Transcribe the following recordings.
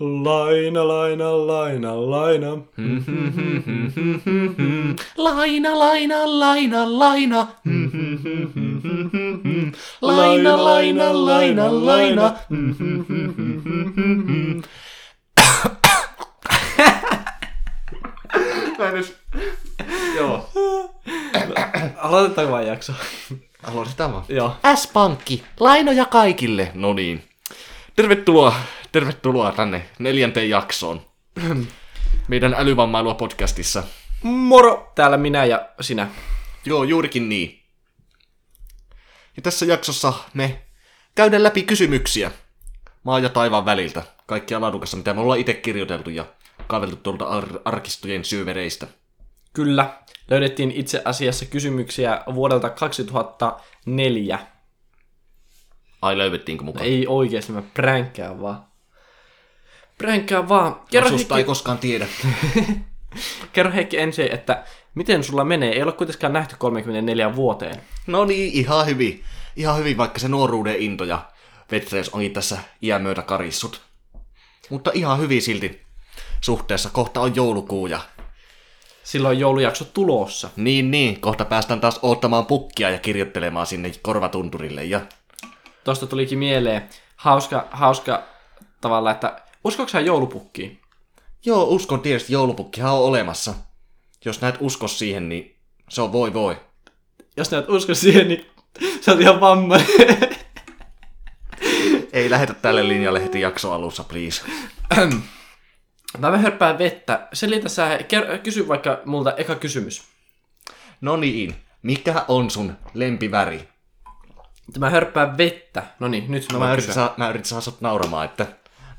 Laina, laina, laina, laina. Laina, laina, laina, laina. Laina, laina, laina, laina. Mä en edes... Joo. Aloitetaanko vaan jakso? Aloitetaan vaan. Joo. S-pankki, lainoja kaikille. No niin. Tervetuloa, tervetuloa tänne neljänteen jaksoon. Meidän älyvammailua podcastissa. Moro! Täällä minä ja sinä. Joo, juurikin niin. Ja tässä jaksossa me käydään läpi kysymyksiä maan ja taivaan väliltä. Kaikkia laadukasta, mitä me ollaan itse kirjoiteltu ja kaiveltu tuolta ar- arkistojen syövereistä. Kyllä. Löydettiin itse asiassa kysymyksiä vuodelta 2004. Ai löydettiinkö mukaan? No Ei oikeesti, mä pränkkään vaan. Pränkkään vaan. Kerro Susta ei Heikki, koskaan tiedä. kerro Heikki ensin, että miten sulla menee? Ei ole kuitenkaan nähty 34 vuoteen. No niin, ihan hyvin. Ihan hyvin, vaikka se nuoruuden into ja vetreys onkin tässä iän myötä karissut. Mutta ihan hyvin silti suhteessa. Kohta on joulukuu ja Silloin joulujakso tulossa. niin niin, kohta päästään taas ottamaan pukkia ja kirjoittelemaan sinne korvatunturille ja Tosta tulikin mieleen hauska, hauska tavalla, että uskoksä joulupukkiin? Joo, uskon tietysti, joulupukkihan on olemassa. Jos näet usko siihen, niin se on voi voi. Jos ne et usko siihen, niin sä oot ihan vammainen. Ei lähetä tälle linjalle heti jakso alussa, please. Mä vähän hörppään vettä. Selitä sä, ker- kysy vaikka multa eka kysymys. No niin, mikä on sun lempiväri? Mä hörppään vettä. No niin, nyt mä, Mä mä yritin, saa, mä yritin saada sut nauramaan, että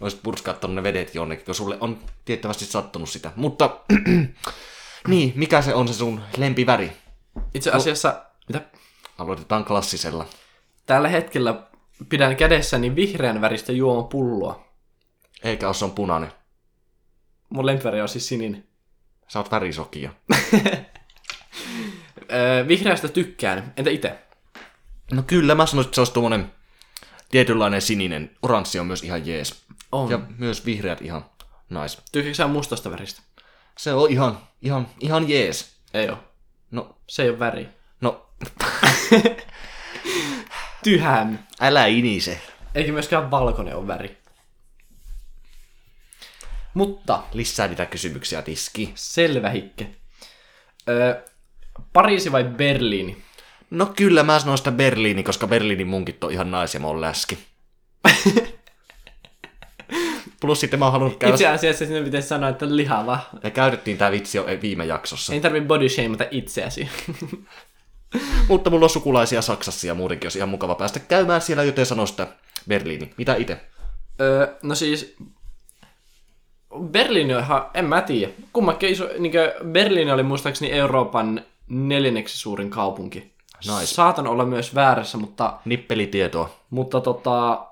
olisit purskaattanut ne vedet jonnekin, kun sulle on tiettävästi sattunut sitä. Mutta, niin, mikä se on se sun lempiväri? Itse asiassa, mitä? Aloitetaan klassisella. Tällä hetkellä pidän kädessäni vihreän väristä juomapulloa. Eikä ole se on punainen. Mun lempiväri on siis sininen. Sä oot värisokia. Öö, vihreästä tykkään. Entä itse? No kyllä, mä sanoisin, että se olisi tuommoinen tietynlainen sininen. Oranssi on myös ihan jees. On. Ja myös vihreät ihan nice. Tykkääksä sä mustasta väristä? Se on ihan, ihan, ihan jees. Ei oo. No, Se ei oo väri. no, Tyhän. älä inise. Eikä myöskään valkoinen ole väri. Mutta Lisää niitä kysymyksiä tiski. Selvä hikke. Öö, Pariisi vai Berliini? No kyllä, mä sanoin sitä Berliini, koska Berliinin munkit on ihan nice ja mä oon läski. Plus sitten mä oon halunnut käydä... Itse asiassa sinne pitäisi sanoa, että lihava. Me käytettiin tää vitsi jo eh, viime jaksossa. Ei tarvi body shameata itseäsi. Mutta mulla on sukulaisia Saksassa ja muutenkin olisi ihan mukava päästä käymään siellä, joten sano sitä Berliini. Mitä itse? öö, no siis... Berliini on ihan, en mä tiedä. Kummakin iso, niinkö Berliini oli muistaakseni Euroopan neljänneksi suurin kaupunki. Nice. Saatan olla myös väärässä, mutta, Nippelitietoa. mutta tota,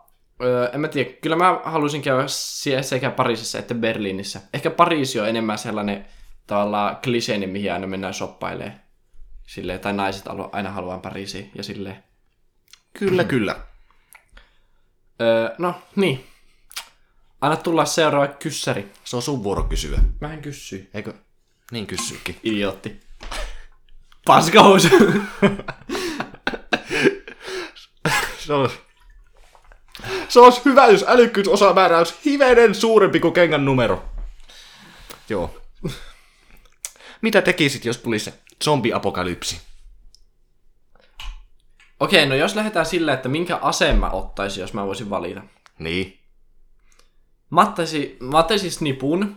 öö, en mä tiedä. Kyllä mä haluaisin käydä sie- sekä Pariisissa että Berliinissä. Ehkä Pariisi on enemmän sellainen tavallaan kliseinen, mihin aina mennään shoppailemaan. Silleen, tai naiset halu- aina haluaa Pariisiin ja silleen. Kyllä, kyllä. Öö, no, niin. Anna tulla seuraava kyssäri. Se on sun vuoro kysyä. Mä en kyssy. Eikö? Niin kysyykin. Idiootti. Paskahousu. Se on... Se olisi hyvä, jos älykkyysosamäärä olisi hivenen suurempi kuin kengän numero. Joo. Mitä tekisit, jos tulisi se zombiapokalypsi? Okei, no jos lähdetään sillä, että minkä aseen mä ottaisin, jos mä voisin valita. Niin. Mä ottaisin, mä ottaisin snipun.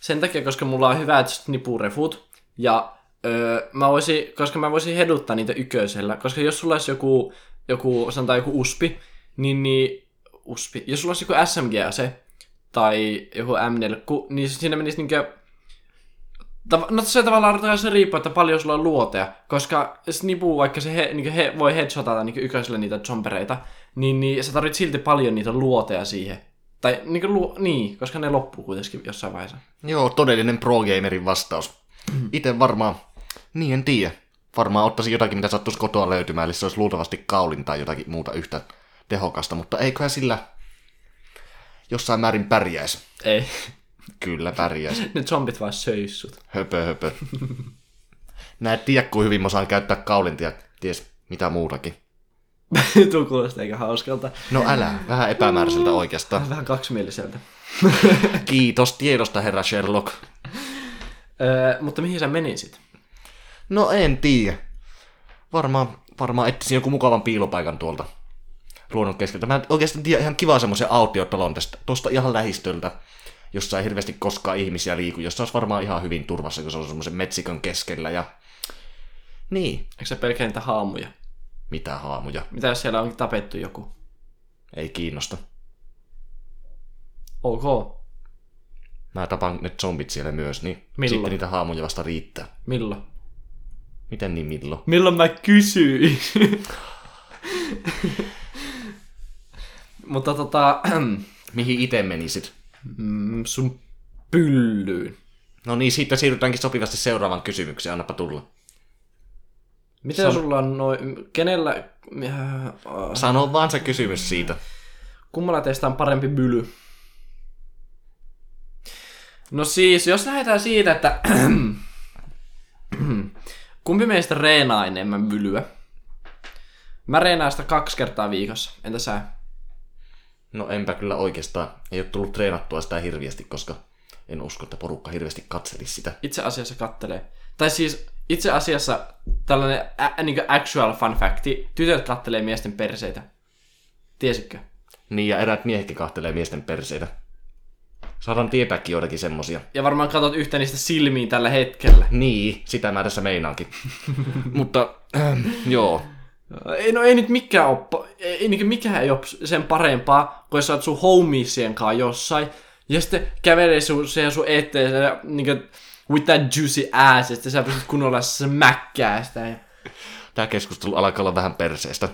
Sen takia, koska mulla on hyvät snipurefut. Ja öö, mä voisin, koska mä voisin heduttaa niitä yköisellä. Koska jos sulla olisi joku, joku sanotaan joku uspi, niin, niin uspi. Jos sulla olisi joku SMG-ase tai joku M4, niin siinä menisi niinkö Tav- No se tavallaan taas se riippuu, että paljon sulla on luoteja, koska snipu, vaikka se he, niin he, voi headshotata niin yköiselle niitä jumpereita, niin, niin sä tarvit silti paljon niitä luoteja siihen. Tai niin, kuin luo, niin koska ne loppuu kuitenkin jossain vaiheessa. Joo, todellinen pro-gamerin vastaus. Itse varmaan, niin en tiedä. Varmaan ottaisin jotakin, mitä sattuisi kotoa löytymään, eli se olisi luultavasti kaulin tai jotakin muuta yhtä tehokasta, mutta eiköhän sillä jossain määrin pärjäisi. Ei, Kyllä pärjäisi. ne zombit vaan söis sut. Höpö, höpö. Mä en tiedä, kuin hyvin mä osaan käyttää kaulintia, ties mitä muutakin. Tuo kuulostaa eikä hauskalta. No älä, vähän epämääräiseltä oikeastaan. Vähän kaksimieliseltä. Kiitos tiedosta, herra Sherlock. Öö, mutta mihin sä menisit? No en tiedä. Varmaan, varmaan etsisin joku mukavan piilopaikan tuolta luonnon keskeltä. Mä en oikeastaan tiedä ihan kivaa semmoisen autiotalon tästä, tuosta ihan lähistöltä, jossa ei hirveästi koskaan ihmisiä liiku, jossa olisi varmaan ihan hyvin turvassa, kun se on semmoisen metsikon keskellä ja... Niin, Eikö sä pelkää niitä haamuja? mitä haamuja. Mitä jos siellä onkin tapettu joku? Ei kiinnosta. Ok. Mä tapaan ne zombit siellä myös, niin Milloin? sitten niitä haamuja vasta riittää. Milloin? Miten niin milloin? Milloin mä kysyin? Mutta tota, Mihin itse menisit? mm, sun pyllyyn. No niin, siitä siirrytäänkin sopivasti seuraavaan kysymykseen, annapa tulla. Mitä sulla on noin, kenellä, äh, Sano vaan se kysymys siitä. kummalla teistä on parempi byly? No siis, jos lähdetään siitä, että kumpi meistä reenaa enemmän bylyä? Mä reenaan sitä kaksi kertaa viikossa, entä sä? No enpä kyllä oikeastaan. Ei ole tullut treenattua sitä hirviästi, koska en usko, että porukka hirveästi katselisi sitä. itse asiassa kattelee. Tai siis itse asiassa tällainen ä, niin actual fun facti, tytöt kattelee miesten perseitä. Tiesitkö? Niin, ja eräät miehetkin kahtelee miesten perseitä. Saadaan tietääkin joitakin semmosia. Ja varmaan katot yhtä niistä silmiin tällä hetkellä. Niin, sitä mä tässä meinaankin. Mutta, ähm, joo. Ei, no ei nyt mikään ole, ei, ei, niin mikään ei ole sen parempaa, kun sä oot sun homiesien kanssa jossain, ja sitten kävelee sun, siihen sun eteen, ja niin kuin, with that juicy ass, ja sitten sä pystyt kunnolla smäkkää sitä. Ja... Tää keskustelu alkaa olla vähän perseestä.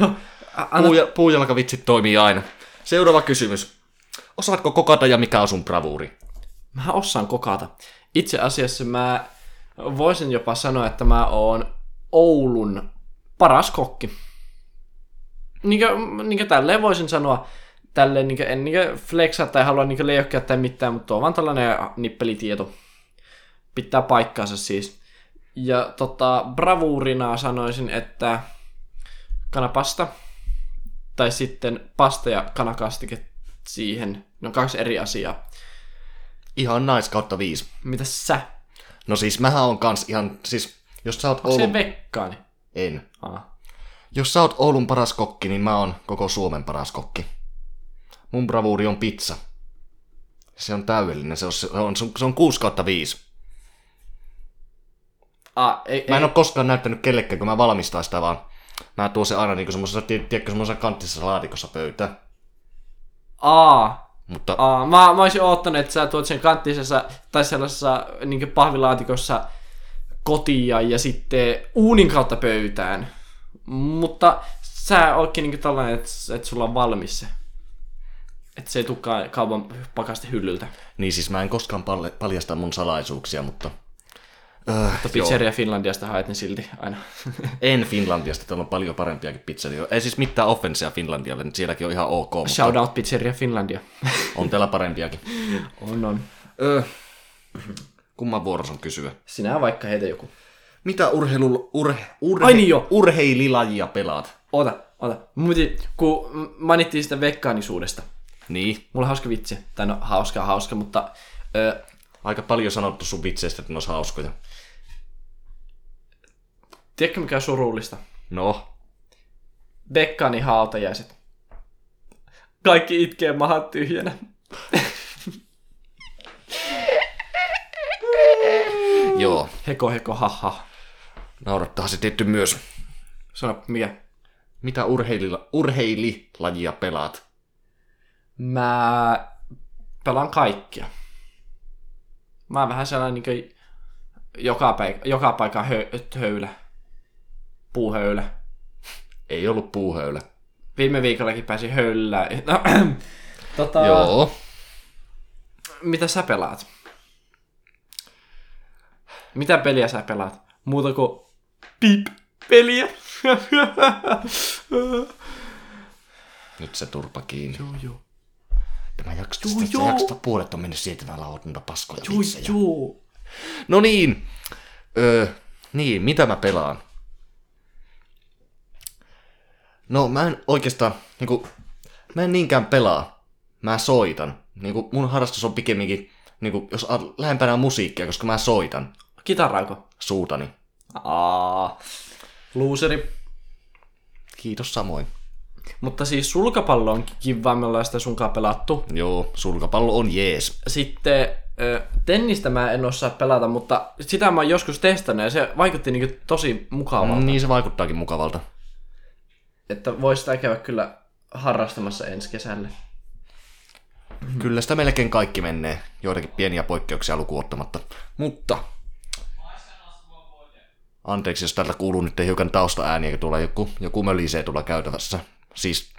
No, a- anna Puuja, puujalkavitsit toimii aina. Seuraava kysymys. Osaatko kokata ja mikä on sun bravuuri? Mä osaan kokata. Itse asiassa mä voisin jopa sanoa, että mä oon Oulun paras kokki. Niinkö, niinkö tälleen voisin sanoa, tälleen niinkö, en niinkö flexaa tai halua niinkö leijokkia tai mitään, mutta tuo on vaan tällainen nippelitieto. Pitää paikkaansa siis. Ja tota, bravuurina sanoisin, että kanapasta tai sitten pasta ja kanakastike siihen. Ne on kaksi eri asiaa. Ihan nais kautta viisi. Mitä sä? No siis mähän on kans ihan, siis jos sä oot Onko Oulun... se vekkaani? En. Aa. Jos sä oot Oulun paras kokki, niin mä oon koko Suomen paras kokki. Mun bravuuri on pizza. Se on täydellinen, se on, se on, se on 6 kautta 5. Aa, ei, Mä en ei. oo koskaan näyttänyt kellekään, kun mä valmistan sitä vaan. Mä tuon se aina niinku semmosessa, tie- tiedätkö, semmosessa kanttisessa laatikossa pöytään. Aa, Mutta aa. Mä, mä olisin oottanut, että sä tuot sen kanttisessa tai sellaisessa niin pahvilaatikossa kotia ja sitten uunin kautta pöytään. Mutta sä ootkin niin tällainen, että, että sulla on valmis se. Että se ei tulekaan kaupan pakaste hyllyltä. niin siis mä en koskaan pal- paljasta mun salaisuuksia, mutta... Öö, Mutta pizzeria Finlandiasta haet ne silti aina. en Finlandiasta, täällä on paljon parempiakin pizzerioita. Ei siis mitään offensia Finlandialle, niin sielläkin on ihan ok, mutta Shout out pizzeria Finlandia. on täällä parempiakin. On on. Öö, kumman vuorossa on kysyä? Sinä vaikka heitä joku. Mitä urheilu, urhe, urhe, Ai niin joo. urheililajia pelaat? Ota, ota. Muti, kun mainittiin sitä vekkaanisuudesta. Niin. Mulla on hauska vitsi. Tai no, hauska, hauska, mutta... Ö, Aika paljon sanottu sun vitseistä, että ne olisi hauskoja. tiedätkö mikä on surullista? No, Bekkani haatajaiset. Kaikki itkee mahat tyhjänä. joo. Heko, heko, haha. Naurattaa se tietty myös. Sano, mikä? Mitä urheilila, urheililajia pelaat? Mä pelaan kaikkia. Mä oon vähän sellainen niin kuin joka, paik- joka paikan hö- höylä. Puuhöylä. Ei ollut puuhöylä. Viime viikollakin pääsin höylällä. No, tota, Joo. mitä sä pelaat? Mitä peliä sä pelaat? Muuta kuin pip peliä. Nyt se turpa kiinni. Joo, joo. Tämä jakso, Juu, joo, joo. joo. jaksosta puolet on mennyt sietämään lautunta paskoja Joo, vitsejä. joo. No niin. Öö, niin, mitä mä pelaan? No mä en oikeastaan, niinku, mä en niinkään pelaa. Mä soitan. Niinku, mun harrastus on pikemminkin, niinku, jos a- lähempänä on musiikkia, koska mä soitan Kitaraako? suutani. Aa. Looseri. Kiitos samoin. Mutta siis sulkapallo on kivaa, me ollaan sitä sunkaan pelattu. Joo, sulkapallo on jees. Sitten ö, tennistä mä en osaa pelata, mutta sitä mä oon joskus testannut ja se vaikutti niinku tosi mukavalta. Mm, Mm. Niin se vaikuttaakin mukavalta. Että vois sitä käydä kyllä harrastamassa ensi kesälle. Mm. Kyllä sitä melkein kaikki menee, joidenkin pieniä poikkeuksia lukuun ottamatta. Mutta... Anteeksi, jos tältä kuuluu nyt hiukan taustaääniä, kun tulee joku, joku mölisee tulla käytävässä. Siis,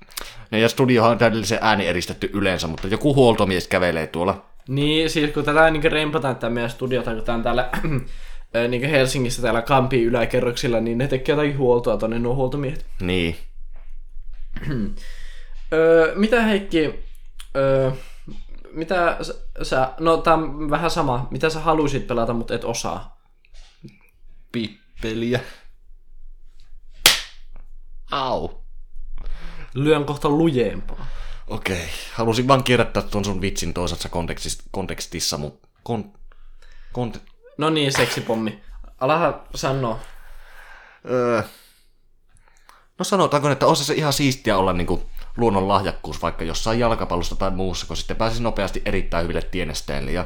ne ja studiohan on täydellisen ääni eristetty yleensä, mutta joku huoltomies kävelee tuolla. Niin, siis kun tätä niin rempataan tätä meidän studiota, kun tää on täällä niin Helsingissä täällä Kampi yläkerroksilla, niin ne tekee jotakin huoltoa tonne nuo huoltomiehet. Niin. Öö, mitä Heikki, öö, mitä sä- sä, no tää on vähän sama, mitä sä haluisit pelata, mutta et osaa? Pippeliä. Au. Lyön kohta lujempaa. Okei, okay. halusin vaan kierrättää tuon sun vitsin toisessa kontekstissa, kontekstissa mutta... Kon, kont, No niin, seksipommi. Alaha sanoa. Öö, no sanotaanko, että olisi se ihan siistiä olla niinku luonnon lahjakkuus vaikka jossain jalkapallossa tai muussa, kun sitten pääsisi nopeasti erittäin hyville tienesteille ja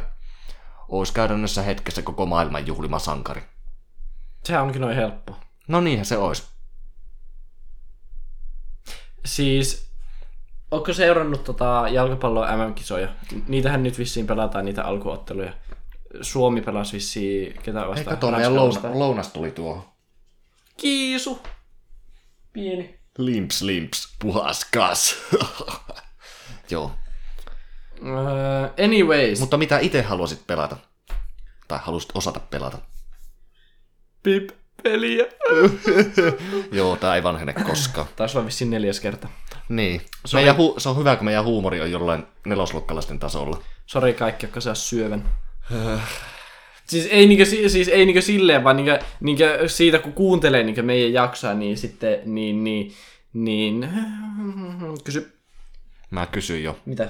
olisi käytännössä hetkessä koko maailman juhlima sankari. Sehän onkin noin helppo. No niinhän se olisi. Siis, ootko seurannut tota jalkapallon MM-kisoja? Niitähän nyt vissiin pelataan, niitä alkuotteluja. Suomi pelasi vissiin ketä Ei vastaan. kato, meidän Ranskaa lounas, vastaan. lounas tuli tuohon. Kiisu. Pieni. Limps, limps, puhas kas. Joo. Uh, anyways. Mutta mitä itse haluaisit pelata? Tai haluaisit osata pelata? pip peliä. Joo, tää ei vanhene koskaan. Taisi olla vissiin neljäs kerta. Niin. Meidän hu- se on hyvä, kun meidän huumori on jollain neloslukkalaisten tasolla. Sori kaikki, jotka saa syövän. siis ei, niinkö, si- siis ei niinkö silleen, vaan niinkö, niinkö siitä kun kuuntelee niinkö meidän jaksoa, niin sitten niin, niin, niin kysy, Mä kysyin jo. mitä?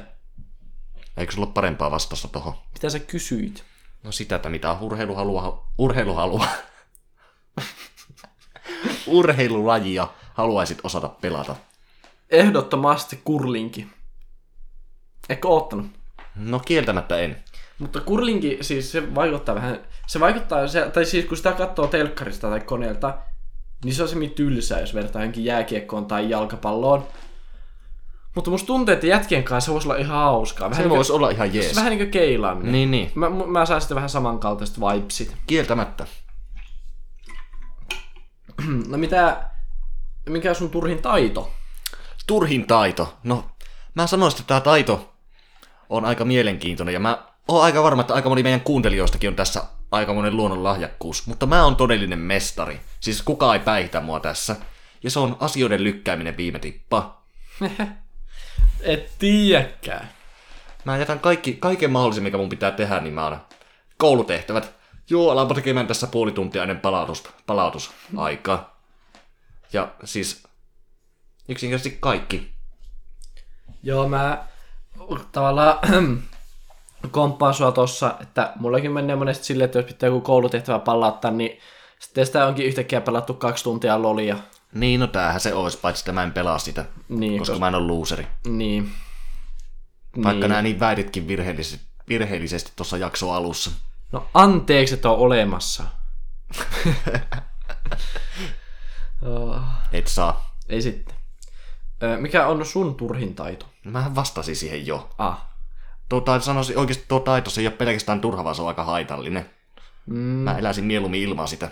Eikö sulla ole parempaa vastausta tohon? Mitä sä kysyit? No sitä, että mitä urheilu haluaa... Urheilu haluaa. Urheilulajia haluaisit osata pelata. Ehdottomasti kurlinki. Eikö oottanut? No kieltämättä en. Mutta kurlinki, siis se vaikuttaa vähän, se vaikuttaa, se, tai siis kun sitä katsoo telkkarista tai koneelta, niin se on semmoinen tylsää, jos vertaa johonkin jääkiekkoon tai jalkapalloon. Mutta musta tuntuu, että jätkien kanssa se voisi olla ihan hauskaa. Vähän Se voisi olla ihan jees. Se vähän niinku keilaaminen. Niin, niin. Mä, mu- mä saan sitten vähän samankaltaiset vibesit. Kieltämättä. No mitä, mikä on sun turhin taito? Turhin taito. No, mä sanoisin, että tämä taito on aika mielenkiintoinen ja mä oon aika varma, että aika moni meidän kuuntelijoistakin on tässä aika monen luonnon lahjakkuus, mutta mä oon todellinen mestari. Siis kuka ei päihtä mua tässä. Ja se on asioiden lykkääminen viime tippa. Et tiedäkään. Mä jätän kaikki, kaiken mahdollisen, mikä mun pitää tehdä, niin mä aina koulutehtävät. Joo, alanpa tekemään tässä puoli tuntia ennen palautus, palautusaikaa. Ja siis yksinkertaisesti kaikki. Joo, mä tavallaan komppaan sua tossa, että mullakin menee monesti silleen, että jos pitää joku koulutehtävä palauttaa, niin sitten sitä onkin yhtäkkiä pelattu kaksi tuntia lolia. Niin, no tämähän se olisi, paitsi että mä en pelaa sitä, Niin, koska koska... mä en ole looseri. niin. Vaikka niin. nämä niin väititkin virheellisesti, virheellisesti tuossa jakso alussa. No anteeksi, että on olemassa. oh, Et saa. ei sitten. Ö, Mikä on sun turhin taito? Mähän vastasin siihen jo. Ah. Tuota, sanoisin oikeasti, tuo taito se ei ole pelkästään turha, vaan se on aika haitallinen. Mm, Mä eläisin mieluummin ilman sitä.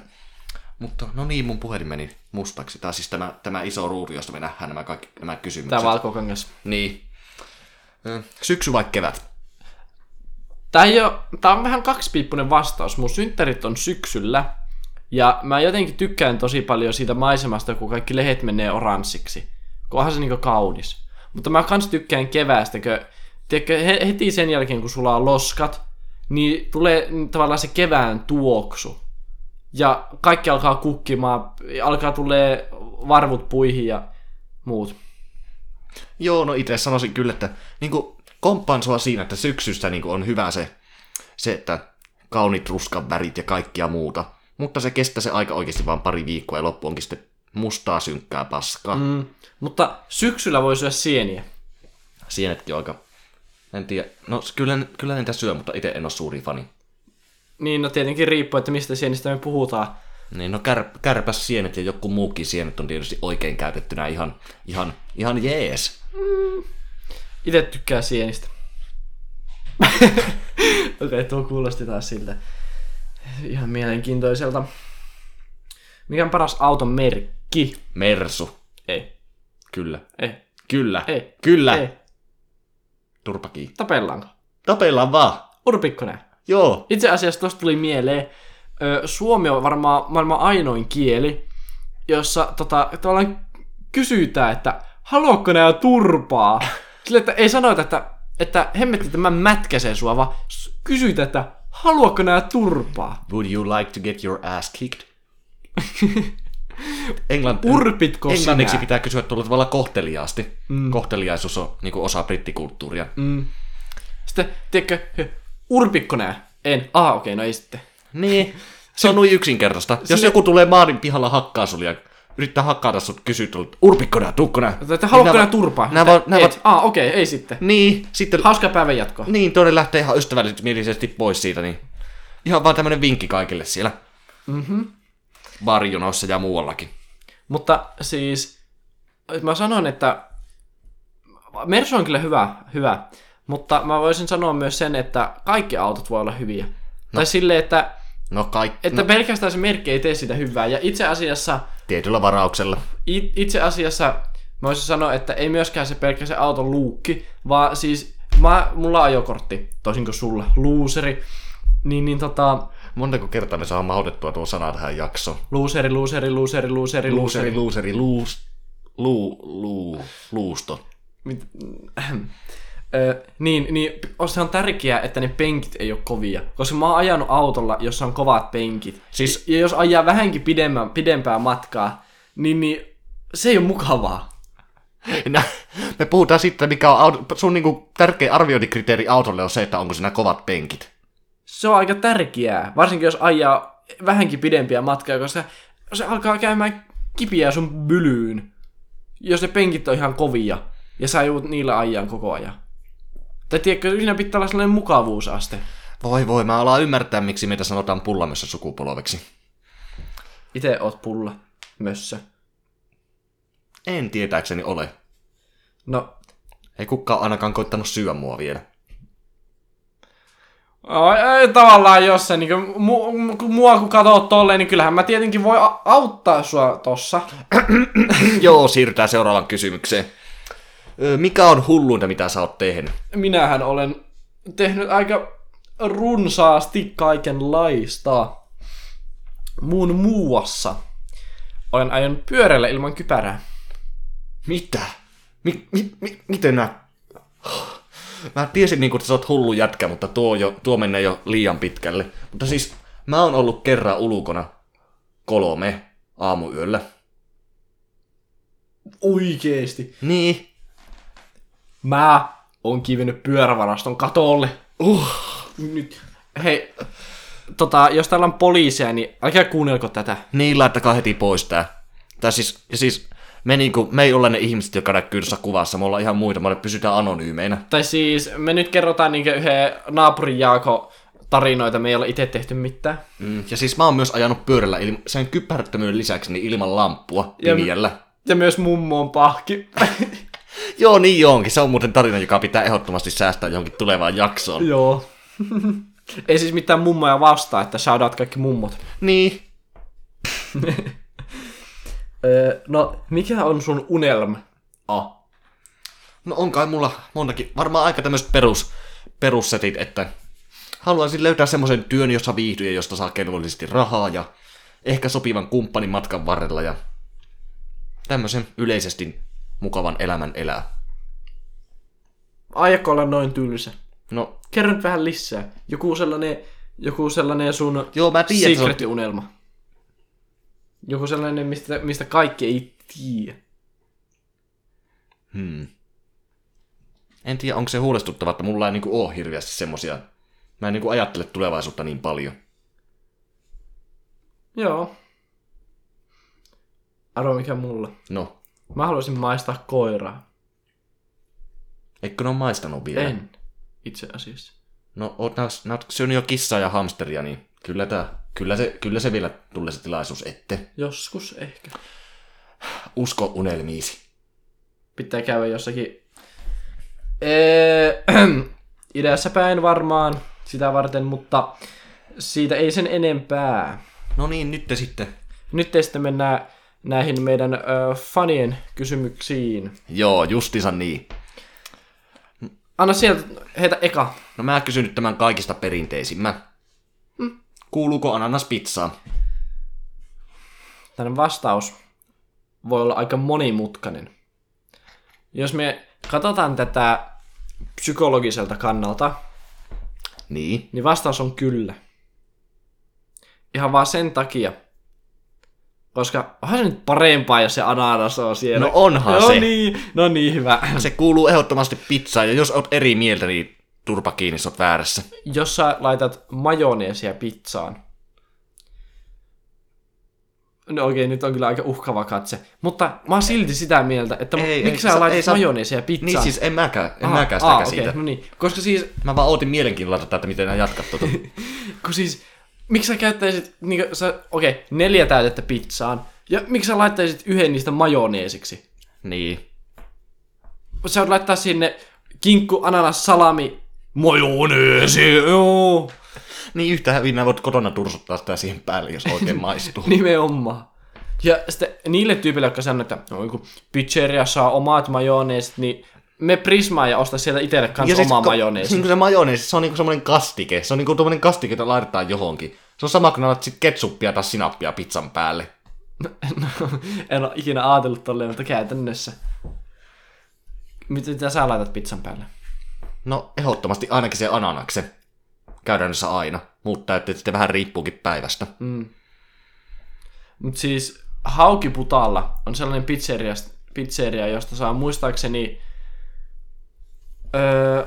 Mutta no niin, mun puhelin meni mustaksi. Tää siis tämä, tämä iso ruutu, josta me nähdään nämä kaikki nämä kysymykset. tää valkokangas. Niin. Ö, Syksy vai kevät? Tää, ei oo, tää on vähän kaksipiippunen vastaus. Mun synttärit on syksyllä. Ja mä jotenkin tykkään tosi paljon siitä maisemasta, kun kaikki lehet menee oranssiksi. Kunhan se niinku kaunis. Mutta mä kans tykkään keväästä, kun tiedätkö, he- heti sen jälkeen, kun sulla on loskat, niin tulee tavallaan se kevään tuoksu. Ja kaikki alkaa kukkimaan, alkaa tulee varvut puihin ja muut. Joo, no itse sanoisin kyllä, että niin kuin, komppaan sua siinä, että syksystä niin kuin, on hyvä se, se, että kaunit ruskan värit ja kaikkia muuta. Mutta se kestää se aika oikeasti vain pari viikkoa ja loppu onkin sitten mustaa synkkää paskaa. Mm. Mm. Mutta syksyllä voi syödä sieniä. Sienetkin on aika... En tiedä. No s- kyllä, ne- kyllä niitä syö, mutta itse en ole suuri fani. Niin, no tietenkin riippuu, että mistä sienistä me puhutaan. Niin, no kär, kärpäs sienet ja joku muukin sienet on tietysti oikein käytettynä ihan, ihan, ihan jees. Itse tykkää sienistä. Okei, okay, tuo kuulosti taas siltä ihan mielenkiintoiselta. Mikä on paras auton merkki? Mersu. Ei. Kyllä. Ei. Kyllä. Ei. Kyllä. Ei. Turpaki. Tapellaanko? Tapellaan vaan. Urpikkonen. Joo. Itse asiassa tuosta tuli mieleen, ö, suomi on varmaan maailman ainoin kieli, jossa tota, tavallaan kysytään, että haluatko nää turpaa? Sille, että ei sanota, että, että hemmetti että mä mätkäsen sua, vaan s- kysytään, että haluatko nää turpaa? Would you like to get your ass kicked? Englanti. Urpitko Englanniksi sinä? pitää kysyä tuolla tavalla kohteliaasti. Mm. Kohteliaisuus on niin kuin osa brittikulttuuria. Mm. Sitten, tiedätkö, hö, urpikko nää? En. Ah, okei, no ei sitten. Niin. Se on noin yksinkertaista. Jos joku tulee maarin pihalla hakkaa sulle ja yrittää hakata sut, kysyy tuolla, urpikkona, tukkona. Niin Että haluatko nää turpaa? Nämä Että vaan, nämä et. vaan, Ah, okei, ei sitten. niin, sitten Hauskaa päivän jatkoa. Niin, toinen lähtee ihan ystävällisesti pois siitä, niin ihan vaan tämmönen vinkki kaikille siellä. Mhm. Mm-hmm. Barjonossa ja muuallakin. Mutta siis, mä sanon, että Mersu on kyllä hyvä, hyvä, mutta mä voisin sanoa myös sen, että kaikki autot voi olla hyviä. No. Tai silleen, että, No kaikki, että no. pelkästään se merkki ei tee sitä hyvää. Ja itse asiassa, tietyllä varauksella. i- itse asiassa mä voisin sanoa, että ei myöskään se pelkkä se auton luukki, vaan siis mä, mulla on ajokortti, toisin kuin sulla, luuseri. Niin, niin tota, Montako kertaa me saa mahdotettua tuo sana tähän jaksoon? luuseri, luuseri, luuseri, luuseri, luuseri. Luuseri, luuseri, luus... Luu, luu, luusto. Mit, ähm. Ö, niin, niin on- se on tärkeää, että ne penkit ei ole kovia, koska mä oon ajanut autolla, jossa on kovat penkit. Siis- Ja jos ajaa vähänkin pidemmän, pidempää matkaa, niin, niin se ei ole mukavaa. Nä- Me puhutaan sitten, mikä on auto, sun niinku tärkeä arviointikriteeri autolle on se, että onko siinä kovat penkit. Se on aika tärkeää, varsinkin jos ajaa vähänkin pidempiä matkaa, koska se alkaa käymään kipiä sun bylyyn, jos ne penkit on ihan kovia ja sä joudut niillä ajaan koko ajan. Tai tiedätkö, siinä pitää olla sellainen mukavuusaste. Voi voi, mä alan ymmärtää, miksi meitä sanotaan pullamössä sukupolveksi. Itse oot pulla, mössö. En tietääkseni ole. No, Ei kukaan ainakaan koittanut syödä mua vielä. Ai, ai, tavallaan jos se, niin kuin, mu, mu- kun mua kun katsoo tolleen, niin kyllähän mä tietenkin voi a- auttaa sua tossa. Joo, siirrytään seuraavaan kysymykseen. Ö, Mikä on hulluinta, mitä sä oot tehnyt? Minähän olen tehnyt aika runsaasti kaikenlaista. Muun muassa olen ajanut pyörällä ilman kypärää. Mitä? Mi- mi- mi- miten nää? Mä tiesin niinku, että sä oot hullu jätkä, mutta tuo, jo, tuo menee jo liian pitkälle. Mutta siis, mä oon ollut kerran ulkona kolme aamuyöllä. Oikeesti. Niin. Mä oon kivennyt pyörävaraston katolle. Uh. Nyt. Hei, tota, jos täällä on poliiseja, niin älkää kuunnelko tätä. Niin, laittakaa heti pois tää. Tää siis, ja siis me, niinku, me ei olla ne ihmiset, jotka näkyy tuossa kuvassa. Me ollaan ihan muita, me pysytään anonyymeinä. Tai siis me nyt kerrotaan niinku yhden naapurin Jaako tarinoita, me ei ole itse tehty mitään. Mm, ja siis mä oon myös ajanut pyörällä ilma, sen kypärättömyyden lisäksi niin ilman lamppua Ja- pimiällä. Ja myös mummo on pahki. Joo, niin jonkin. Se on muuten tarina, joka pitää ehdottomasti säästää johonkin tulevaan jaksoon. Joo. ei siis mitään mummoja vastaa, että shoutout kaikki mummot. Niin. Öö, no, mikä on sun unelma? Oh. No on kai mulla montakin, varmaan aika tämmöiset perus, perussetit, että haluaisin löytää semmoisen työn, jossa viihdyy ja josta saa kelvollisesti rahaa ja ehkä sopivan kumppanin matkan varrella ja tämmöisen yleisesti mukavan elämän elää. aiako olla noin tylsä? No, Kerro nyt vähän lisää. Joku sellainen, joku sellainen sun joo, mä tiedän, että se on... secret-unelma. Joku sellainen, mistä, mistä kaikki ei tiedä. Hmm. En tiedä, onko se huolestuttavaa, että mulla ei niinku ole hirveästi semmosia... Mä en niinku ajattele tulevaisuutta niin paljon. Joo. Arvo mikä mulla. No, Mä haluaisin maistaa koiraa. eikö ne ole maistanut vielä? En. Itse asiassa. No, oot nää, nää oot syönyt jo kissaa ja hamsteria, niin kyllä, tää, kyllä, se, kyllä se vielä tulee se tilaisuus ette. Joskus ehkä. Usko unelmiisi. Pitää käydä jossakin... Ee, idässä päin varmaan sitä varten, mutta siitä ei sen enempää. No niin, nyt te sitten. Nyt sitten mennään näihin meidän ö, fanien kysymyksiin. Joo, justiinsa niin. Anna sieltä, heitä eka. No mä kysyn nyt tämän kaikista perinteisimmän. Mm. Kuuluuko ananas pizzaan? Tämän vastaus voi olla aika monimutkainen. Jos me katsotaan tätä psykologiselta kannalta, Niin. niin vastaus on kyllä. Ihan vaan sen takia, koska onhan se nyt parempaa, jos se ananas on siellä. No onhan no se. Niin, no niin, hyvä. Se kuuluu ehdottomasti pizzaan, ja jos oot eri mieltä, niin turpa kiinni, sä oot väärässä. Niin Jos sä laitat majoneesia pizzaan. No okei, nyt on kyllä aika uhkava katse. Mutta mä oon silti sitä mieltä, että Ei, ei, ei, miksi sä- sä ei laitat sä- majoneesia pizzaan? Niin siis en mäkään, en Aha, mäkään aa, sitä okei, käsitä. no niin. Koska siis, Mä vaan ootin mielenkiinnolla tätä, että miten nää jatkat tuota. kun siis, miksi sä käyttäisit, niin sä, okei, neljä täytettä pizzaan, ja miksi sä laittaisit yhden niistä majoneesiksi? niin. Sä voit laittaa sinne kinkku, ananas, salami, majoneesi, joo, Niin yhtä hyvin nää voit kotona tursuttaa sitä siihen päälle, jos oikein maistuu. Niin, nimenomaan. Ja sitten niille tyypille, jotka sanoo, että no, kun pizzeria saa omat majoneesit, niin me Prismaan ja osta sieltä itselle kanssa oma ka- majoneesi. Niin se majoneesi, se on niinku semmoinen kastike. Se on niinku tommonen kastike, jota laitetaan johonkin. Se on sama kuin annat sit ketsuppia tai sinappia pizzan päälle. en ole ikinä ajatellut tolleen, mutta käytännössä. Mitä mitä sä laitat pizzan päälle? No, ehdottomasti ainakin se ananakse. Käytännössä aina. Mutta että sitten vähän riippuukin päivästä. Mm. Mutta siis Haukiputalla on sellainen pizzeria, pizzeria josta saa muistaakseni... Öö,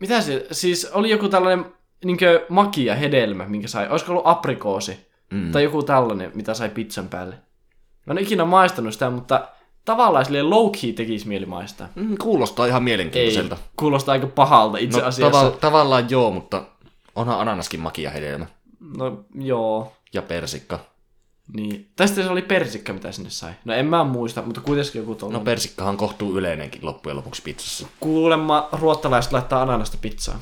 mitä se? Siis oli joku tällainen niinkö makia hedelmä, minkä sai. Olisiko ollut aprikoosi? Mm. Tai joku tällainen, mitä sai pizzan päälle. Mä en ole ikinä maistanut sitä, mutta tavallaan silleen low key tekisi mieli maistaa. Mm, kuulostaa ihan mielenkiintoiselta. kuulostaa aika pahalta itse no, no, asiassa. tavall- tavallaan joo, mutta onhan ananaskin makia hedelmä. no joo. Ja persikka. Niin. Tästä se oli persikka, mitä sinne sai. No en mä muista, mutta kuitenkin joku No tuollainen. persikkahan kohtuu yleinenkin loppujen lopuksi pizzassa. Kuulemma ruottalaiset laittaa ananasta pizzaan.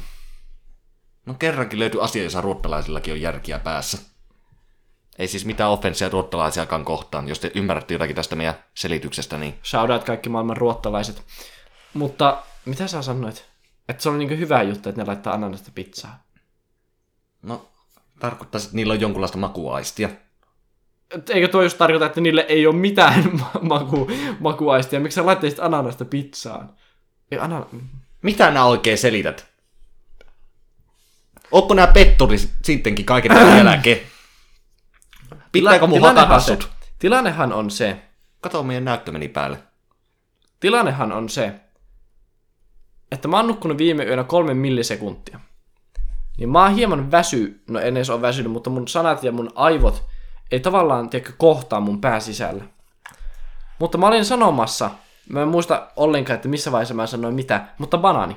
No kerrankin löytyi asia, jossa ruottalaisillakin on järkiä päässä. Ei siis mitään offenssia ruottalaisiakaan kohtaan. Jos te ymmärrätte jotakin tästä meidän selityksestä, niin Shoutout kaikki maailman ruottalaiset. Mutta mitä sä sanoit? Että se on niinku hyvä juttu, että ne laittaa ananasta pizzaa. no tarkoittaisi, että niillä on jonkunlaista makuaistia. Et Eikö tuo just tarkoita, että niille ei ole mitään ma- maku, makuaistia? Miksi sä laittaisit ananasta pizzaan? Ei, anan... Mitä nämä oikein selität? Onko nämä petturi sittenkin kaiken tämän jälkeen? Pitääkö mun hakata tilannehan, se, sut? tilannehan on se, Kato, meidän näyttö meni päälle. tilannehan on se, että mä oon nukkunut viime yönä kolme millisekuntia. Niin mä oon hieman väsy, no en edes ole väsynyt, mutta mun sanat ja mun aivot ei tavallaan tiedätkö, kohtaa mun pääsisällä. Mutta mä olin sanomassa, mä en muista ollenkaan, että missä vaiheessa mä sanoin mitä, mutta banaani.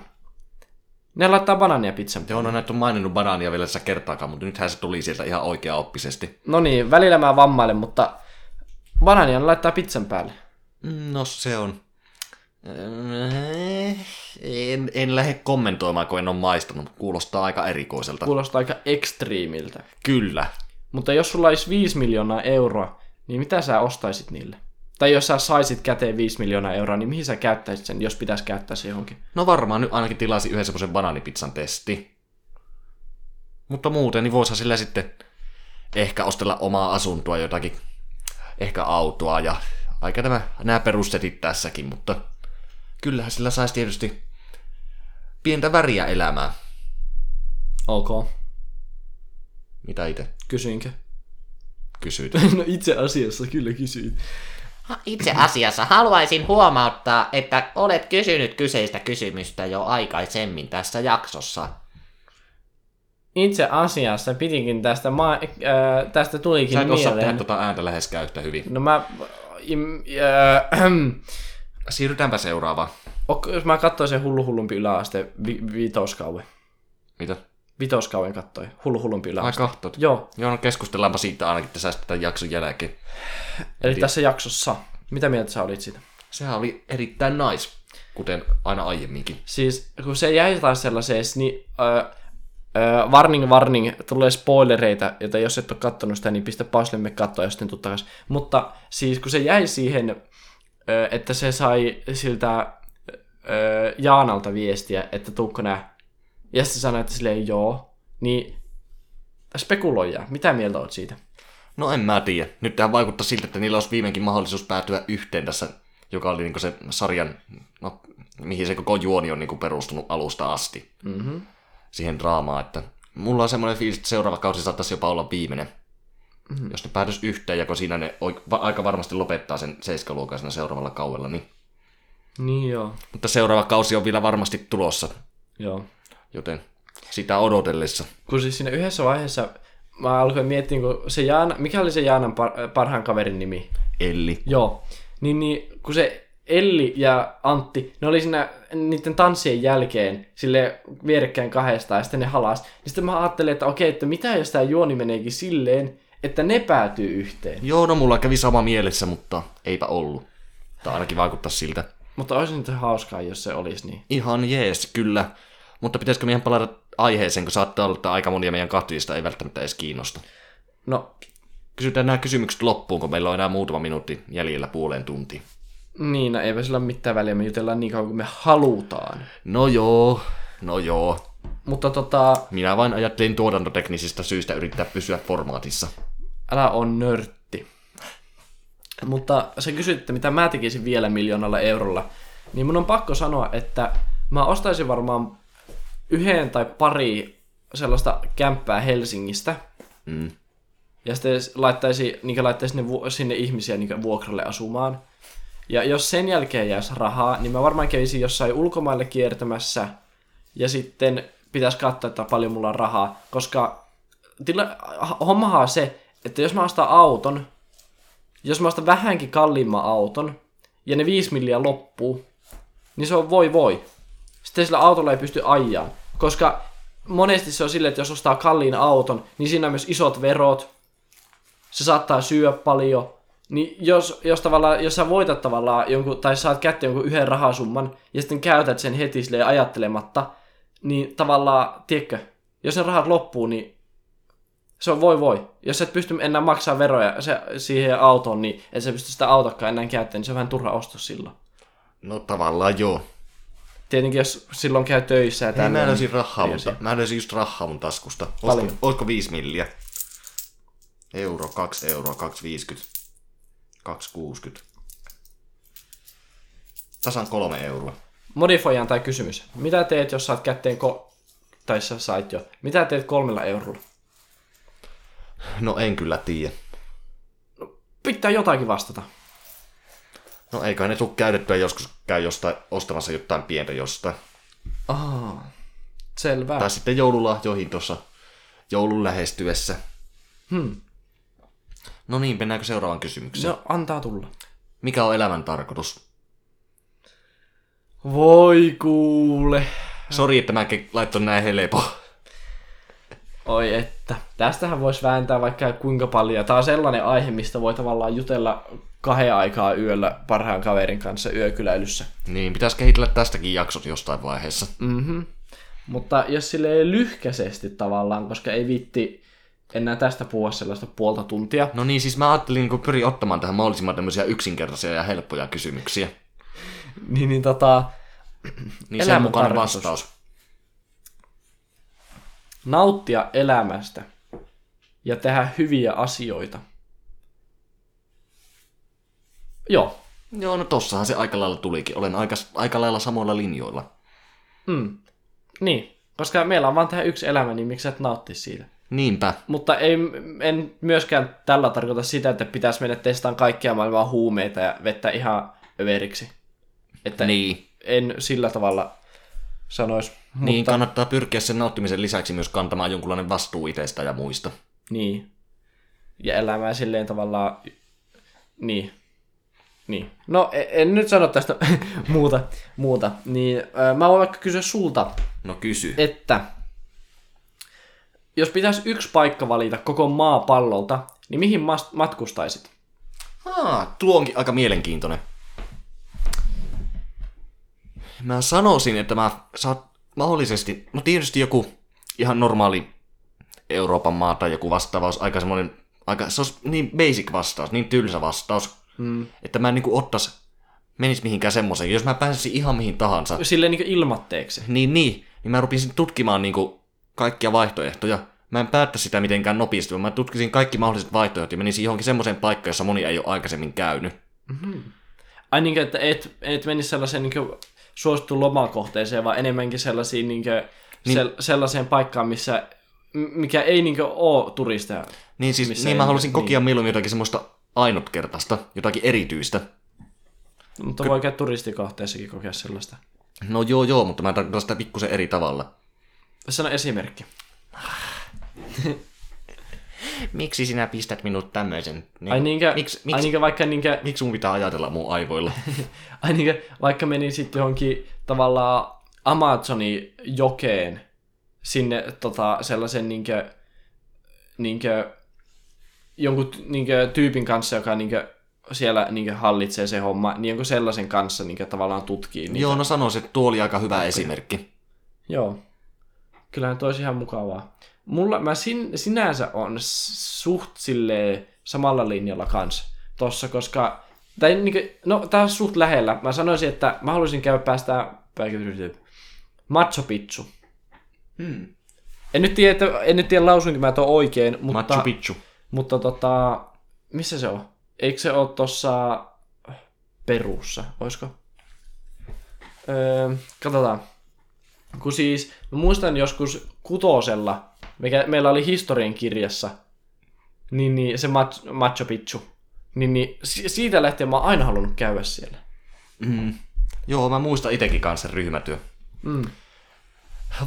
Ne laittaa banaania pizzan. Joo, no näitä on maininnut banaania vielä tässä kertaakaan, mutta nythän se tuli sieltä ihan oikeaoppisesti. No niin, välillä mä vammailen, mutta banaania ne laittaa pizzan päälle. Mm, No se on. Eh, En, en lähde kommentoimaan, kun en ole maistanut. Kuulostaa aika erikoiselta. Kuulostaa aika ekstriimiltä. Kyllä. Mutta jos sulla olisi 5 miljoonaa euroa, niin mitä sä ostaisit niille? Tai jos sä saisit käteen 5 miljoonaa euroa, niin mihin sä käyttäisit sen, jos pitäisi käyttää se johonkin? No varmaan nyt ainakin tilasi yhden semmoisen banaanipizzan testi. Mutta muuten, niin voisihan sillä sitten ehkä ostella omaa asuntoa jotakin. Ehkä autoa ja aika tämä, nämä perussetit tässäkin, mutta kyllähän sillä saisi tietysti pientä väriä elämään. Ok, Mitä itse kysyinkö? kysyit? No itse asiassa kyllä kysyit. Itse asiassa haluaisin huomauttaa, että olet kysynyt kyseistä kysymystä jo aikaisemmin tässä jaksossa. Itse asiassa pitikin tästä, ma- äh, tästä tulikin Sä et osaa tehdä mieleen. tota ääntä läheskään yhtä hyvin. No mä... Im, äh, Siirrytäänpä seuraavaan. Ok, jos mä katsoin sen hullu hullumpi yläaste vi- vitoskauen. Mitä? Vitoskauen katsoin. Hullu hullumpi Ai yläaste. kahtot. Joo, Joo, no keskustellaanpa siitä ainakin tässä tämän jakson jälkeen. eli tässä jaksossa. Mitä mieltä sä olit siitä? Sehän oli erittäin nais, kuten aina aiemminkin. Siis kun se jäi taas sellaiseen, niin ö, ö, warning, warning, tulee spoilereita, joten jos et ole kattonut sitä, niin pistä pausillemme katsoa ja sitten tuu takas. Mutta siis kun se jäi siihen, ö, että se sai siltä ö, Jaanalta viestiä, että tuukko nää, ja sitten sanoi, että silleen joo, niin spekuloija, mitä mieltä oot siitä? No en mä tiedä. Nyt tämä vaikuttaa siltä, että niillä olisi viimeinkin mahdollisuus päätyä yhteen tässä, joka oli niinku se sarjan, no mihin se koko juoni on niinku perustunut alusta asti. Mm-hmm. siihen draamaan, että mulla on semmoinen fiilis, että seuraava kausi saattaisi jopa olla viimeinen. Mm-hmm. Jos ne päätös yhteen, ja kun siinä ne oi- va- aika varmasti lopettaa sen seiskaluokaisena seuraavalla kaudella, niin. Niin joo. Mutta seuraava kausi on vielä varmasti tulossa, Joo. joten sitä odotellessa. kun siis siinä yhdessä vaiheessa mä alkoin miettiä, kun se Jaana, mikä oli se Jaanan par, parhaan kaverin nimi? Elli. Joo. Niin, niin kun se Elli ja Antti, ne oli siinä niiden tanssien jälkeen sille vierekkäin kahdestaan ja sitten ne halas. Niin sitten mä ajattelin, että okei, että mitä jos tämä juoni meneekin silleen, että ne päätyy yhteen. Joo, no mulla kävi sama mielessä, mutta eipä ollut. Tai ainakin vaikuttaa siltä. Mutta olisi nyt hauskaa, jos se olisi niin. Ihan jees, kyllä. Mutta pitäisikö meidän palata aiheeseen, kun saattaa olla, että aika monia meidän katsojista ei välttämättä edes kiinnosta. No, Kysytään nämä kysymykset loppuun, kun meillä on enää muutama minuutti jäljellä puoleen tuntiin. niin, no, eipä sillä ole mitään väliä, me jutellaan niin kauan kuin me halutaan. No joo, no joo. Mutta tota, Minä vain ajattelin tuotantoteknisistä syistä yrittää pysyä formaatissa. Älä on nörtti. Mutta sä kysyit, että mitä mä tekisin vielä miljoonalla eurolla. Niin mun on pakko sanoa, että mä ostaisin varmaan yhden tai pari sellaista kämppää Helsingistä. Mm. Ja sitten laittaisi, niin laittaisi ne, vu- sinne ihmisiä niin vuokralle asumaan. Ja jos sen jälkeen jäisi rahaa, niin mä varmaan kävisin jossain ulkomaille kiertämässä. Ja sitten pitäisi katsoa, että paljon mulla on rahaa. Koska tila- h- hommahan on se, että jos mä ostan auton, jos mä ostan vähänkin kalliimman auton, ja ne 5 milliä loppuu, niin se on voi voi. Sitten sillä autolla ei pysty ajaa. Koska monesti se on silleen, että jos ostaa kalliin auton, niin siinä on myös isot verot, se saattaa syödä paljon. Niin jos, jos, tavallaan, jos sä voitat tavallaan jonkun, tai saat kätteen jonkun yhden rahasumman, ja sitten käytät sen heti silleen ajattelematta, niin tavallaan, tiedätkö, jos ne rahat loppuu, niin se on voi voi. Jos et pysty enää maksaa veroja se, siihen autoon, niin et sä pysty sitä autokkaan enää käyttämään, niin se on vähän turha ostos silloin. No tavallaan joo. Tietenkin jos silloin käy töissä ja Tänään Niin, mä tälleen. löysin rahaa, mun, Tiesi. ta- mä löysin just rahaa mun taskusta. Olisiko, Paljon? olisiko viisi milliä? Euro, kaksi euroa, kaksi viisikymmentä, kaksi kuusikymmentä. Tasan kolme euroa. Modifoijan tai niin kysymys. Mitä teet, jos saat kätteen ko... Tai sä sait jo. Mitä teet kolmella eurolla? No en kyllä tiedä. Pitää jotakin vastata. No eikä ne tuu käytettyä joskus käy jostain, ostamassa jotain pientä jostain. Aa, selvä. Tai sitten joululahjoihin tuossa joulun lähestyessä. Hmm. No niin, mennäänkö seuraavaan kysymykseen? No, antaa tulla. Mikä on elämän tarkoitus? Voi kuule. Sori, että mä ke- laitoin näin helpo. Oi että. Tästähän voisi vääntää vaikka kuinka paljon. Tämä on sellainen aihe, mistä voi tavallaan jutella kahden aikaa yöllä parhaan kaverin kanssa yökyläilyssä. Niin, pitäisi kehitellä tästäkin jaksot jostain vaiheessa. Mhm. Mutta jos sille lyhkäisesti tavallaan, koska ei viitti enää tästä puhua sellaista puolta tuntia. No niin, siis mä ajattelin, kun pyrin ottamaan tähän mahdollisimman tämmöisiä yksinkertaisia ja helppoja kysymyksiä. Niin, niin tota, Niin sen Elämän mukainen tarkoitus. vastaus. nauttia elämästä ja tehdä hyviä asioita. Joo. Joo, no tossahan se aika lailla tulikin. Olen aika, aika lailla samoilla linjoilla. Mm. Niin, koska meillä on vaan tehdä yksi elämä, niin miksi sä et nautti siitä? Niinpä. Mutta ei, en myöskään tällä tarkoita sitä, että pitäisi mennä testaamaan kaikkia maailman huumeita ja vettä ihan överiksi. Että Niin. en sillä tavalla sanoisi. Niin Mutta... kannattaa pyrkiä sen nauttimisen lisäksi myös kantamaan jonkunlainen vastuu itsestä ja muista. Niin. Ja elämää silleen tavallaan... Niin. Niin. No, e- en nyt sano tästä muuta. muuta. Niin, ö, mä voin vaikka kysyä sulta, No kysy. että jos pitäisi yksi paikka valita koko maapallolta, niin mihin mas- matkustaisit? Haa, tuo onkin aika mielenkiintoinen. Mä sanoisin, että mä saat mahdollisesti, no tietysti joku ihan normaali Euroopan maa tai joku vastaavaus, aika semmoinen, aika, se olisi niin basic vastaus, niin tylsä vastaus, mm. että mä en niinku ottais, menis mihinkään semmoiseen. Jos mä pääsisin ihan mihin tahansa, Silleen niin ilmatteeksi. niin niin, niin mä rupisin tutkimaan niinku kaikkia vaihtoehtoja. Mä en päättä sitä mitenkään nopeasti, vaan mä tutkisin kaikki mahdolliset vaihtoehdot ja menisin johonkin semmoiseen paikkaan, jossa moni ei ole aikaisemmin käynyt. Ai niin, että et, et menisi sellaiseen niin suosittuun lomakohteeseen, vaan enemmänkin sellaisiin niin kuin, niin. Sel, sellaiseen paikkaan, missä, m- mikä ei niin kuin, ole turisteja. Niin siis, Missä niin mä ei- halusin kokea mieluummin jotakin semmoista ainutkertaista, jotakin erityistä. Mutta voi käydä turistikohteessakin kokea sellaista. No joo joo, mutta mä tarkoitan sitä pikkusen eri tavalla. Sano esimerkki. Miksi sinä pistät minut tämmöisen? Niin Ai niinkö, Miksi- miksi, miksi- Ai niinkö vaikka niinkö, Miksi mun pitää ajatella mun aivoilla? ai niinkö, vaikka menin sitten johonkin tavallaan Amazonin jokeen sinne tota, sellaisen niinkö, niinkö, jonkun t- niinkö, tyypin kanssa, joka niinkö, siellä niinkö, hallitsee se homma, niin jonkun sellaisen kanssa niinkö, tavallaan tutkii. niin Niitä. joo, no sanoisin, että tuo oli aika hyvä esimerkki. Joo. Kyllähän toi olisi ihan mukavaa. Mulla, mä sin, sinänsä on s- suht silleen samalla linjalla kans tossa, koska tai niinku, no tää on suht lähellä. Mä sanoisin, että mä haluaisin käydä päästä pääkyvytyyteen. Macho Picchu. Hmm. En nyt tiedä, että, en nyt tiedä lausunko mä tuon oikein, mutta, Machu Picchu. mutta tota, missä se on? Eikö se ole tossa Perussa, oisko? Öö, katsotaan. Kun siis, mä muistan joskus kutosella, mikä meillä oli historian kirjassa, niin, niin se Mach- Machu Picchu. Niin, niin si- siitä lähtien mä oon aina halunnut käydä siellä. Mm. Joo, mä muistan itekin kanssa sen ryhmätyö. Mm.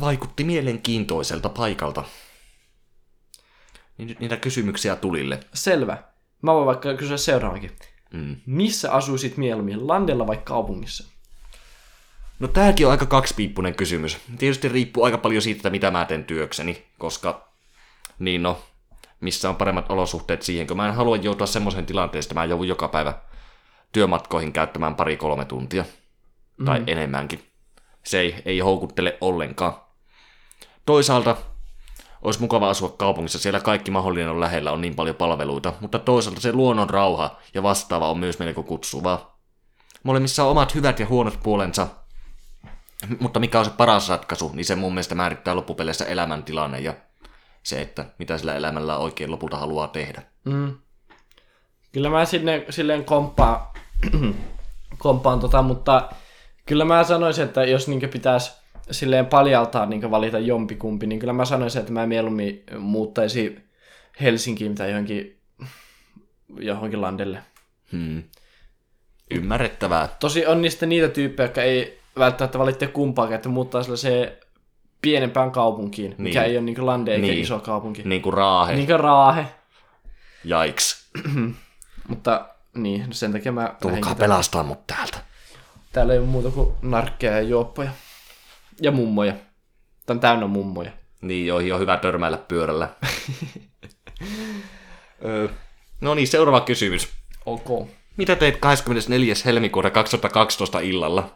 Vaikutti mielenkiintoiselta paikalta. Niin nyt niitä kysymyksiä tulille. Selvä. Mä voin vaikka kysyä seuraavankin. Mm. Missä asuisit mieluummin, landella vai kaupungissa? No tääkin on aika kaksipiippunen kysymys. Tietysti riippuu aika paljon siitä, että mitä mä teen työkseni, koska niin no, missä on paremmat olosuhteet siihen, kun mä en halua joutua semmoiseen tilanteeseen, että mä joudun joka päivä työmatkoihin käyttämään pari-kolme tuntia. Tai enemmänkin. Se ei, ei houkuttele ollenkaan. Toisaalta olisi mukava asua kaupungissa, siellä kaikki mahdollinen on lähellä, on niin paljon palveluita, mutta toisaalta se luonnon rauha ja vastaava on myös melko kutsuvaa. Molemmissa on omat hyvät ja huonot puolensa, mutta mikä on se paras ratkaisu, niin se mun mielestä määrittää loppupeleissä elämäntilanne ja se, että mitä sillä elämällä oikein lopulta haluaa tehdä. Mm. Kyllä mä sinne, silleen komppaan, komppaan tota, mutta kyllä mä sanoisin, että jos niinkö pitäisi silleen paljaltaa niinkö valita jompikumpi, niin kyllä mä sanoisin, että mä mieluummin muuttaisi Helsinkiin tai johonkin, johonkin landelle. Hmm. Ymmärrettävää. Tosi on niistä niitä tyyppejä, jotka ei välttämättä valitse kumpaakaan, että muuttaa sellaiseen pienempään kaupunkiin, niin. mikä Niin. ei ole niinkö lande eikä Niin. niin. iso kaupunki. Niin. Niin kuin raahe. Niin. Niinkö raahe, Jaiks. mutta niin, sen takia mä lähdinkin Tulkaa pelastaa mut täältä. Täällä ei ole muuta kuin narkkeja ja juoppoja. Ja mummoja. Tää on täynnä mummoja. Niin, joihin on hyvä törmäillä pyörällä. Ö, no niin, seuraava kysymys. Ok. Mitä teit 24. helmikuuta 2012 illalla?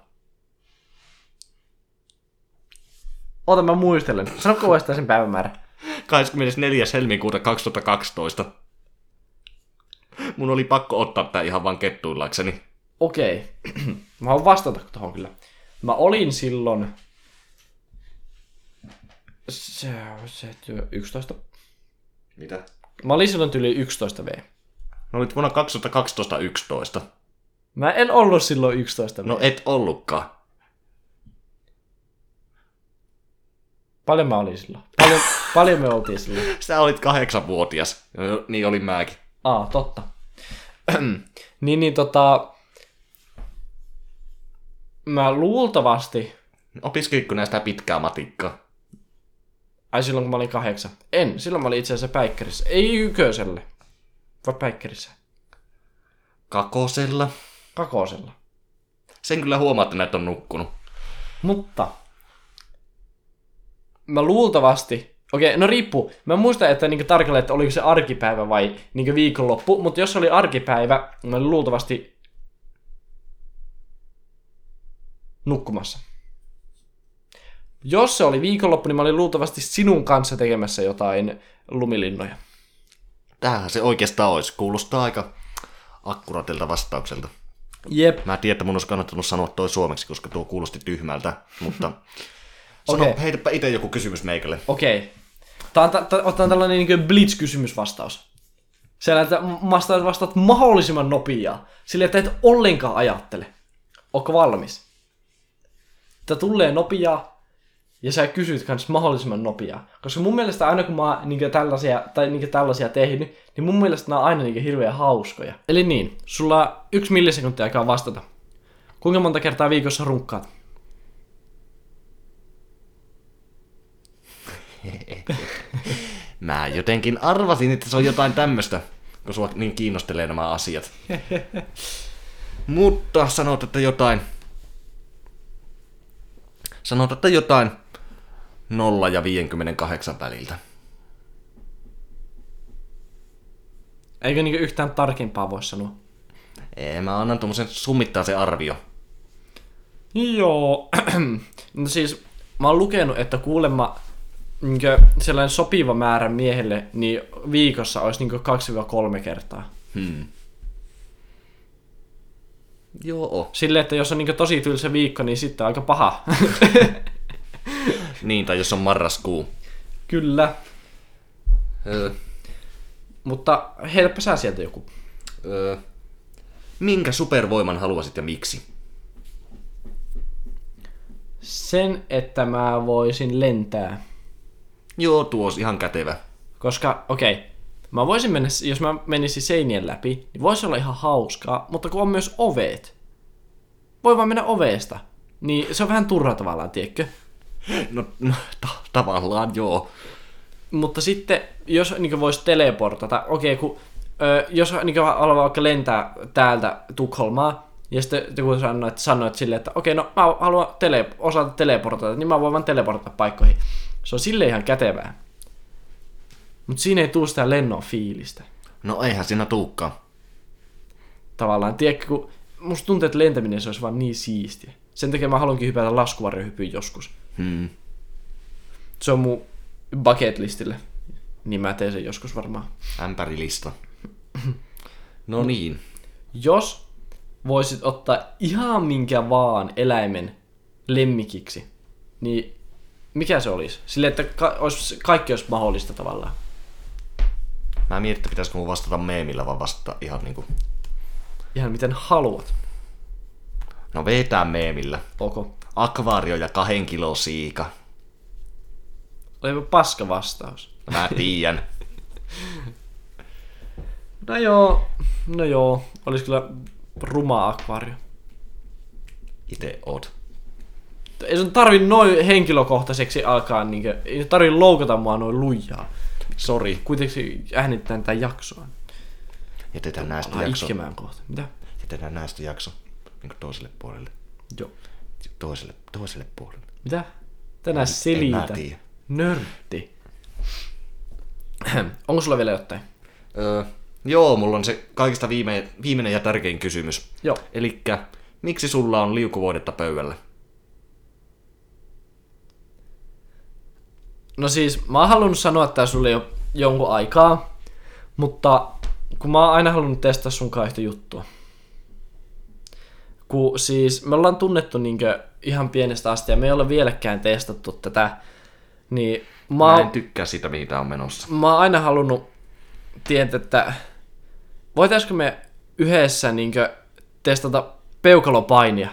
Oota, mä muistelen. Sano uudestaan sen päivämäärä. 24. helmikuuta 2012. Mun oli pakko ottaa tää ihan vaan kettuillakseni. Okei. Okay. mä haluan vastata tuohon kyllä. Mä olin silloin... Se on se työ 11. Mitä? Mä olin silloin yli 11 V. No olit vuonna 2012 11. Mä en ollut No. silloin 11 V. No et ollutkaan. Paljon mä olin silloin? Paljon, paljon me oltiin silloin? Sä olit kahdeksanvuotias. Joo, Niin olin mäkin. Aa, totta. niin, niin tota... Mä luultavasti... Opiskelitko näistä pitkää matikkaa? Ai silloin kun mä olin kahdeksan. En, silloin mä olin itse asiassa päikkärissä. Ei yköiselle. Vai päikkärissä? Kakosella. Kakosella. Sen kyllä huomaa, että näitä on nukkunut. Mutta mä luultavasti, okei, no riippuu. Mä muistan, että niinku tarkalleen, että oliko se arkipäivä vai niinku viikonloppu, mutta jos oli arkipäivä, mä olin luultavasti nukkumassa. Jos se oli viikonloppu, niin mä olin luultavasti sinun kanssa tekemässä jotain lumilinnoja. Tämähän se oikeastaan olisi. Kuulostaa aika akkuraatilta vastaukselta. Jep. Mä tiedän, että mun olisi kannattanut sanoa toi suomeksi, koska tuo kuulosti tyhmältä, mutta sano, Okei. heitäpä itse joku kysymys meikälle. Okei. Tää on, ta- ta- otetaan tällainen niin blitz-kysymysvastaus. Siellä, että m- vastaat, vastaat mahdollisimman nopeaa. Sillä, että et ollenkaan ajattele. Ootko valmis? Tää tulee nopeaa ja sä kysyt kans mahdollisimman nopeaa. Koska mun mielestä aina kun mä oon niin tällaisia, tai niin tällaisia tehnyt, niin mun mielestä nämä on aina niin hirveän hauskoja. Eli niin, sulla on yksi millisekuntia aikaa vastata. Kuinka monta kertaa viikossa runkkaat? Mä jotenkin arvasin, että se on jotain tämmöstä, kun sua niin kiinnostelee nämä asiat. Mutta sanot, että jotain... Sanot, että jotain 0 ja 58 väliltä. Eikö niin yhtään tarkempaa voi sanoa? Ei, mä annan tommosen summittaisen arvio. Joo. no siis mä oon lukenut, että kuulemma niinkö, sellainen sopiva määrä miehelle niin viikossa olisi niinkö 2-3 kertaa. Hmm. Joo. Silleen, että jos on niinkö tosi tylsä viikko, niin sitten on aika paha. Niin, tai jos on marraskuu. Kyllä. Öö, Mutta heilläpä sä sieltä joku. öö, minkä supervoiman haluaisit ja miksi? Sen, että mä voisin lentää. Joo, tuo olisi ihan kätevä. Koska, okei, mä voisin mennä, jos mä menisin seinien läpi, niin voisi olla ihan hauskaa, mutta kun on myös oveet. Voi vaan mennä oveesta. Niin se on vähän turha tavallaan, tiedätkö? No, no ta- tavallaan joo. Mutta sitten, jos niin voisi teleportata, okei, kun ö, jos niin haluaa vaikka lentää täältä Tukholmaa, ja sitten joku sanoo, että, sanoo, että silleen, että okei, no mä haluan tele, osata teleportata, niin mä voin vaan teleportata paikkoihin. Se on sille ihan kätevää. Mutta siinä ei tuu sitä lennon fiilistä. No eihän siinä tuukkaan. Tavallaan, tiedätkö, kun musta tuntuu, että lentäminen se olisi vaan niin siistiä. Sen takia mä haluankin hypätä laskuvarjohypyyn joskus. Hmm. Se on mun bucket listille. Niin mä teen sen joskus varmaan. Ämpärilista. No niin. Jos voisit ottaa ihan minkä vaan eläimen lemmikiksi, niin mikä se olisi? Sille, että ka- olisi, kaikki olisi mahdollista tavallaan. Mä mietin, että pitäisikö mun vastata meemillä vaan vastata ihan niinku... Ihan miten haluat. No vetää meemillä. Ok. Akvaario ja kahden kilo siika. Olipa paska vastaus. Mä tiedän. No joo, no joo. Olisi kyllä ruma akvaario. Ite oot. Ei sun tarvi noin henkilökohtaiseksi alkaa, niinkö, ei sun tarvi loukata mua noin lujaa. Sori. Kuitenkin äänitetään tätä jaksoa. Jätetään näistä Ah, jakso. itkemään kohta. Mitä? Jätetään näistä jakso. Niin toiselle puolelle. Joo. Toiselle, toiselle puolelle. Mitä? Tänä En mä selitä. tiedä. Nörtti. Onko sulla vielä jotain? Öö, joo, mulla on se kaikista viime, viimeinen ja tärkein kysymys. Joo. Elikkä, miksi sulla on liukuvoidetta pöydällä? No siis, mä oon halunnut sanoa tää sulle jo jonkun aikaa, mutta kun mä oon aina halunnut testata sun kanssa yhtä juttua. Kun siis, me ollaan tunnettu niinkö ihan pienestä asti ja me ei olla vieläkään testattu tätä, niin mä, Mä oon- en tykkää sitä, mihin tää on menossa. mä oon aina halunnut tietää, että voitaisko me yhdessä niinkö testata peukalopainia.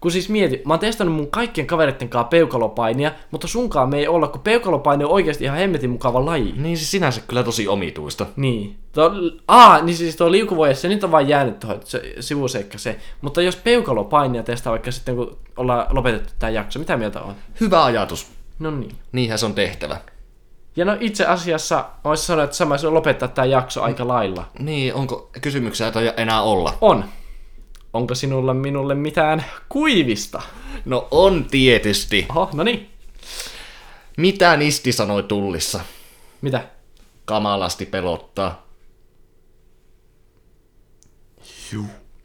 Kun siis mieti, mä oon testannut mun kaikkien kaveritten kanssa peukalopainia, mutta sunkaan me ei olla, kun peukalopaini on oikeasti ihan hemmetin mukava laji. Niin se sinänsä kyllä tosi omituista. Niin. Tuo, aa, niin siis tuo liukuvoija, se nyt on vaan jäänyt tuohon se, sivuseikka se. Mutta jos peukalopainia testaa vaikka sitten, kun ollaan lopetettu tämä jakso, mitä mieltä on? Hyvä ajatus. No niin. Niinhän se on tehtävä. Ja no itse asiassa, mä voisin sanoa, että sama se on lopettaa tämä jakso aika lailla. Niin, onko kysymyksiä tai enää olla? On. Onko sinulla minulle mitään kuivista? No on tietysti. Oho, no niin. Mitä Nisti sanoi tullissa? Mitä? Kamalasti pelottaa. Juu.